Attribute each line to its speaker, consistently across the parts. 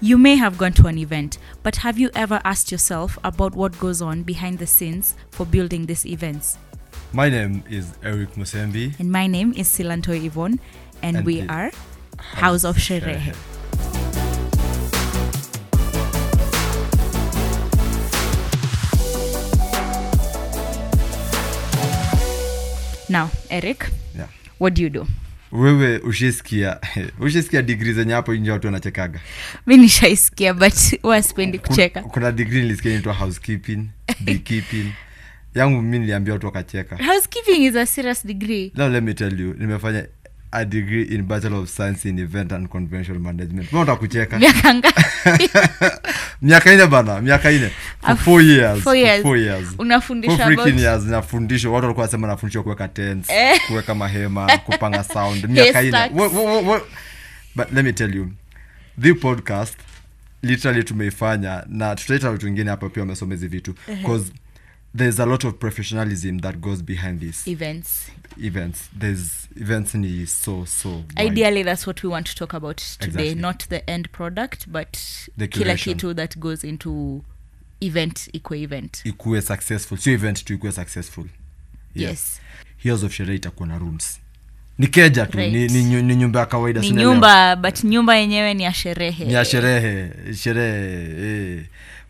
Speaker 1: You may have gone to an event, but have you ever asked yourself about what goes on behind the scenes for building these events?
Speaker 2: My name is Eric Musembi.
Speaker 1: And my name is Silanto Yvonne, and,
Speaker 2: And
Speaker 1: we
Speaker 2: the-
Speaker 1: are House of Sherehe. Now, Eric,
Speaker 2: Yeah.
Speaker 1: what do you do?
Speaker 2: Wewe ushisikia ushisikia digri zenye hapo nje watu wanachekaga.
Speaker 1: mi nishaisikia but huwa sipendi
Speaker 2: Kun-
Speaker 1: kucheka
Speaker 2: Kuna digri nilisikia inaitwa housekeeping, beekeeping. Yangu mimi niliambia watu wakacheka.
Speaker 1: housekeeping is a serious degree
Speaker 2: Now let me tell you, nimefanya a degree in Bachelor of Science in Event and Conventional Management. Mbona utakucheka?
Speaker 1: miaka ngapi
Speaker 2: miaka ine bana miaka ine for
Speaker 1: Ah,
Speaker 2: four years,
Speaker 1: four
Speaker 2: for
Speaker 1: years.
Speaker 2: four years. For
Speaker 1: unafundisha
Speaker 2: freaking
Speaker 1: about
Speaker 2: years nafundishwa watu walikuwa nasema nafundishwa kuweka tents
Speaker 1: Eh.
Speaker 2: kuweka mahema kupanga sound miaka ine
Speaker 1: Haystacks.
Speaker 2: Wo- wo- wo- wo- but let me tell you the podcast literally tumeifanya na tutaita watu wengine hapa pia wamesoma hizi vitu because there's a lot of professionalism that goes behind these
Speaker 1: events
Speaker 2: events there's events ni so so wide.
Speaker 1: ideally that's what we want to talk about today
Speaker 2: Exactly.
Speaker 1: not the end product but
Speaker 2: The
Speaker 1: kila
Speaker 2: curation.
Speaker 1: kitu that goes into event equa event
Speaker 2: ikuwe successful sio event tu ikuwe successful
Speaker 1: yes,
Speaker 2: hios of sherehe itakuwa na rooms ni keja tu
Speaker 1: Right.
Speaker 2: ni, ni, nyu- ni nyumba ya kawaida
Speaker 1: ni
Speaker 2: si unaelewa?
Speaker 1: nyumba but nyumba yenyewe ni ya sherehe
Speaker 2: ni ya sherehe sherehe eh.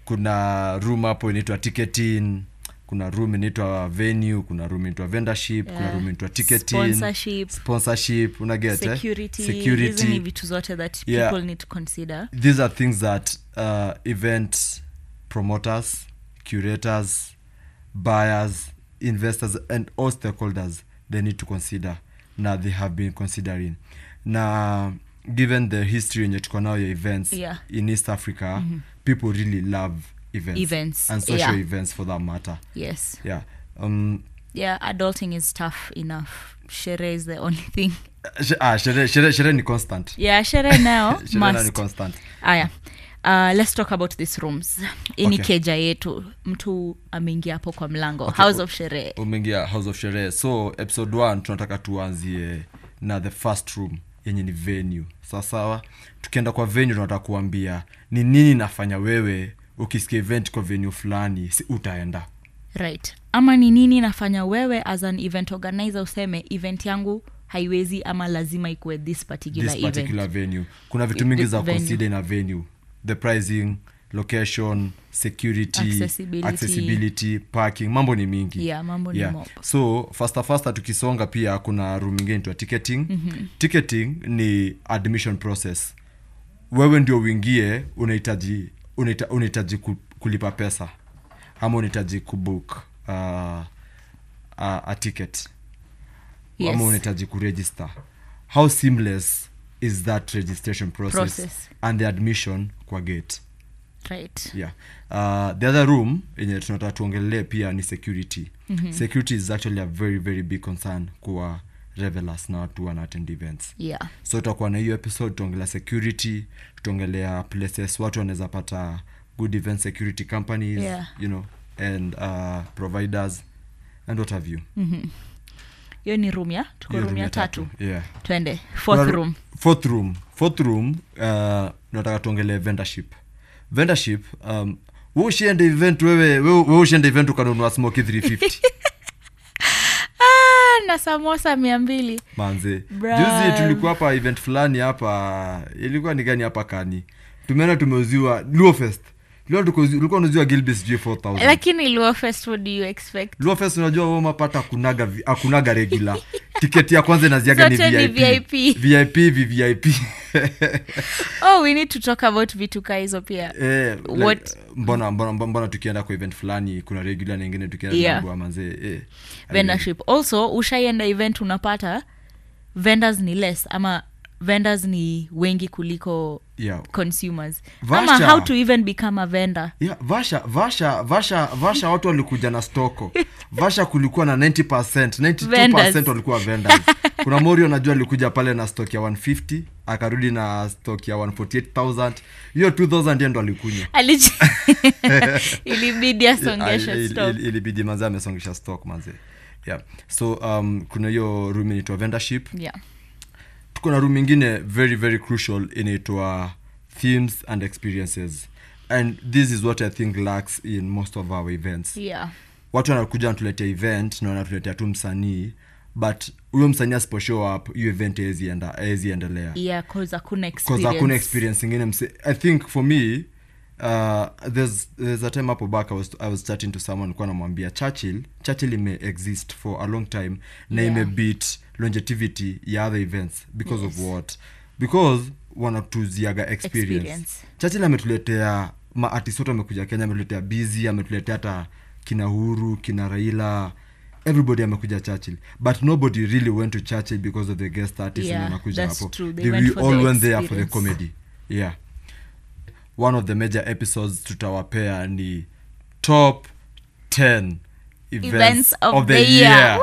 Speaker 2: kuna room hapo inaitwa ticketing kuna room inaitwa venue kuna room inaitwa vendorship kuna
Speaker 1: Yeah.
Speaker 2: room inaitwa ticketing
Speaker 1: Sponsorship.
Speaker 2: sponsorship una get eh?
Speaker 1: security, hizi ni
Speaker 2: security.
Speaker 1: vitu zote that
Speaker 2: Yeah.
Speaker 1: people need to consider
Speaker 2: these are things that uh, event promoters curators buyers investors and all stakeholders they need to consider na they have been considering na given the history yenye tuko nayo ya events
Speaker 1: Yeah. Mm-hmm.
Speaker 2: in east africa mm -hmm. people really love events,
Speaker 1: Events,
Speaker 2: and social
Speaker 1: yeah.
Speaker 2: events for that matter
Speaker 1: yes
Speaker 2: yeah um,
Speaker 1: yeah adulting is tough enough shere is the only thing
Speaker 2: sh- ah, sherehe shere, shere ni constant
Speaker 1: yeah shere now
Speaker 2: Sherehe nayo ni
Speaker 1: must
Speaker 2: constant
Speaker 1: aya uh, let's talk about these rooms ini
Speaker 2: Okay.
Speaker 1: keja yetu mtu ameingia hapo kwa mlango
Speaker 2: Okay,
Speaker 1: house
Speaker 2: o-
Speaker 1: of sherehe
Speaker 2: umeingia house of sherehe so episode 1 tunataka tuanzie na the first room yenye ni venue sawasawa tukienda kwa venue tunataka kuambia ni nini nafanya wewe ukisikia event kwa venue fulani si utaenda
Speaker 1: right ama ni nini nafanya wewe as an event organizer useme event yangu haiwezi ama lazima ikuwe this particular,
Speaker 2: this particular
Speaker 1: event
Speaker 2: venue kuna vitu
Speaker 1: I-
Speaker 2: mingi
Speaker 1: the
Speaker 2: za
Speaker 1: venue.
Speaker 2: consider na venue the pricing location security
Speaker 1: Accessibility.
Speaker 2: accessibility, parking mambo ni mingi
Speaker 1: Yeah, mambo ni mob.
Speaker 2: so fasta fasta tukisonga pia kuna room ingine inaitwa ticketing mm-hmm. ticketing ni admission process wewe ndio uingie unahitaji unahita- unahitaji ku- kulipa pesa ama unahitaji kubook uh, a, a ticket
Speaker 1: Yes.
Speaker 2: ama unahitaji kuregister how seamless is that registration process,
Speaker 1: Process.
Speaker 2: and the admission kwa gate
Speaker 1: right
Speaker 2: yeah uh, the other room yenye tunataka tuongelee pia ni security
Speaker 1: Mhm.
Speaker 2: mm-hmm. security is actually a very very big concern kwa revelers na watu wanaattend events
Speaker 1: yeah
Speaker 2: so tutakuwa na hiyo episode tutaongelea security tutaongelea places watu wanaweza pata good event security companies
Speaker 1: Yeah.
Speaker 2: you know and uh, providers and what have you
Speaker 1: hiyo ni room ya tuko
Speaker 2: Hiyo
Speaker 1: room
Speaker 2: room
Speaker 1: ya
Speaker 2: ya
Speaker 1: tatu
Speaker 2: yeah
Speaker 1: twende fourth
Speaker 2: Well,
Speaker 1: room
Speaker 2: fourth room fourth room uh, nataka tuongelee vendorship vendorship um, we ushiende event wewe we, we ushiende event ukanunua smoki 350
Speaker 1: ah, na samosa mia mbili
Speaker 2: manze
Speaker 1: Bruh.
Speaker 2: juzi tulikuwa hapa event fulani hapa ilikuwa ni gani hapa kani tumeenda tumeuziwa luofest ulikuwa unauziwa gilbis sijui 4000
Speaker 1: lakini luo first what do you expect
Speaker 2: luofest unajua womapata akunaga, vi- akunaga regula tiketi ya kwanza inaziaga ni
Speaker 1: Zote ni
Speaker 2: vip
Speaker 1: VIP.
Speaker 2: vip vvip
Speaker 1: oh we need to talk about vituka hizo pia
Speaker 2: eh, like,
Speaker 1: What-
Speaker 2: mbona, mbona, mbona mbona tukienda kwa event fulani kuna regular na ingine tukienda
Speaker 1: Yeah.
Speaker 2: yeah. manzee eh,
Speaker 1: vendorship also ushaienda event unapata vendors ni less ama vendors ni wengi kuliko
Speaker 2: yeah.
Speaker 1: consumers
Speaker 2: Vasha.
Speaker 1: ama how to even become a vendor
Speaker 2: Yeah, vasha vasha vasha vasha watu walikuja na stoko vasha kulikuwa na 90
Speaker 1: Vendors.
Speaker 2: 92 walikuwa vendors kuna morio najua alikuja pale na stock ya 150 akarudi na stock ya 148000 hiyo 2000 yeye ndo alikunywa
Speaker 1: Aliji- ilibidi
Speaker 2: Il-
Speaker 1: asongeshe
Speaker 2: il-
Speaker 1: stock
Speaker 2: il- ilibidi manzee amesongesha stock manzee yeah so um, kuna hiyo room inaitwa vendorship
Speaker 1: yeah
Speaker 2: tuko na room ingine very very crucial inaitwa themes and experiences and this is what i think lacks in most of our events
Speaker 1: yeah
Speaker 2: watu wanakuja wanatuletea event na wanatuletea tu msanii but huyo msanii asipo show up hiyo event haezi enda- haezi endelea
Speaker 1: yeah cause hakuna
Speaker 2: bcause
Speaker 1: experience
Speaker 2: hakuna experience ingine mse i think for me uh, there's, there's a time hapo back I was, I was chatting to someone nilikuwa namwambia churchill churchill ime exist for a long time na
Speaker 1: Yeah.
Speaker 2: yeah. imebeat longevity ya other events because yes. of what because wanatuziaga experience,
Speaker 1: Experience.
Speaker 2: experience. churchill ametuletea maartist wote amekuja kenya ametuletea bizi ametuletea hata kina huru kina raila everybody amekuja churchill but nobody really went to churchill because of the guest artist
Speaker 1: Yeah,
Speaker 2: yeah, wanakuja
Speaker 1: that's
Speaker 2: hapo
Speaker 1: true. They
Speaker 2: They-
Speaker 1: went
Speaker 2: we
Speaker 1: for
Speaker 2: all
Speaker 1: the
Speaker 2: went there for the
Speaker 1: experience.
Speaker 2: comedy yeah one of the major episodes tutawapea ni top 10 events,
Speaker 1: Events of
Speaker 2: of, the,
Speaker 1: the year.
Speaker 2: year,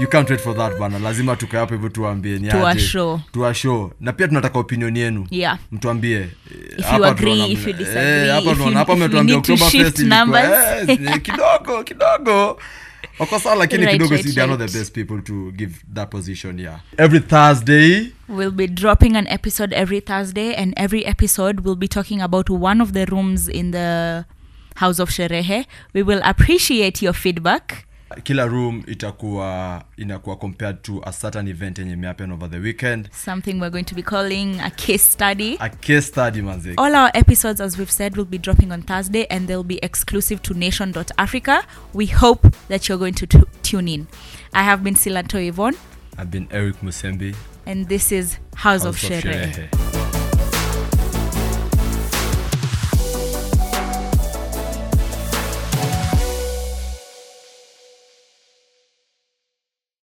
Speaker 2: you can't wait for that bana lazima tukae hapo hivyo tuwaambieni
Speaker 1: Tuwa
Speaker 2: aje.
Speaker 1: show.
Speaker 2: Tuwa show na pia tunataka opinion yenu
Speaker 1: yeah
Speaker 2: mtuambie eh,
Speaker 1: you
Speaker 2: hapa
Speaker 1: agree,
Speaker 2: tunaona-
Speaker 1: if you
Speaker 2: eh,
Speaker 1: disagree,
Speaker 2: hapa
Speaker 1: if
Speaker 2: tunaona-
Speaker 1: you-
Speaker 2: hapa
Speaker 1: if you
Speaker 2: umetuambia
Speaker 1: need to
Speaker 2: Oktoberfest
Speaker 1: shift
Speaker 2: ilikuwa-
Speaker 1: numbers.
Speaker 2: yes, eh, kidogo kidogo wako sawa lakini
Speaker 1: Right,
Speaker 2: kidogo
Speaker 1: right,
Speaker 2: si they are
Speaker 1: right.
Speaker 2: not the best people to give that position yeah every thursday
Speaker 1: We'll be dropping an episode every Thursday, and every episode we'll be talking about one of the rooms in the House of Sherehe. We will appreciate your feedback.
Speaker 2: kila room itakuwa inakuwa compared to a certain event yenye imehappen over the weekend
Speaker 1: Something we're going to be calling a case study.
Speaker 2: a case study manze
Speaker 1: All our episodes, as we've said, will be dropping on Thursday and they'll be exclusive to nation.africa. We hope that you're going to t- tune in. I have been Silanto Yvonne,
Speaker 2: i've been eric musembi
Speaker 1: and this is House, of,
Speaker 2: House of
Speaker 1: Sherehe.
Speaker 2: Sherehe.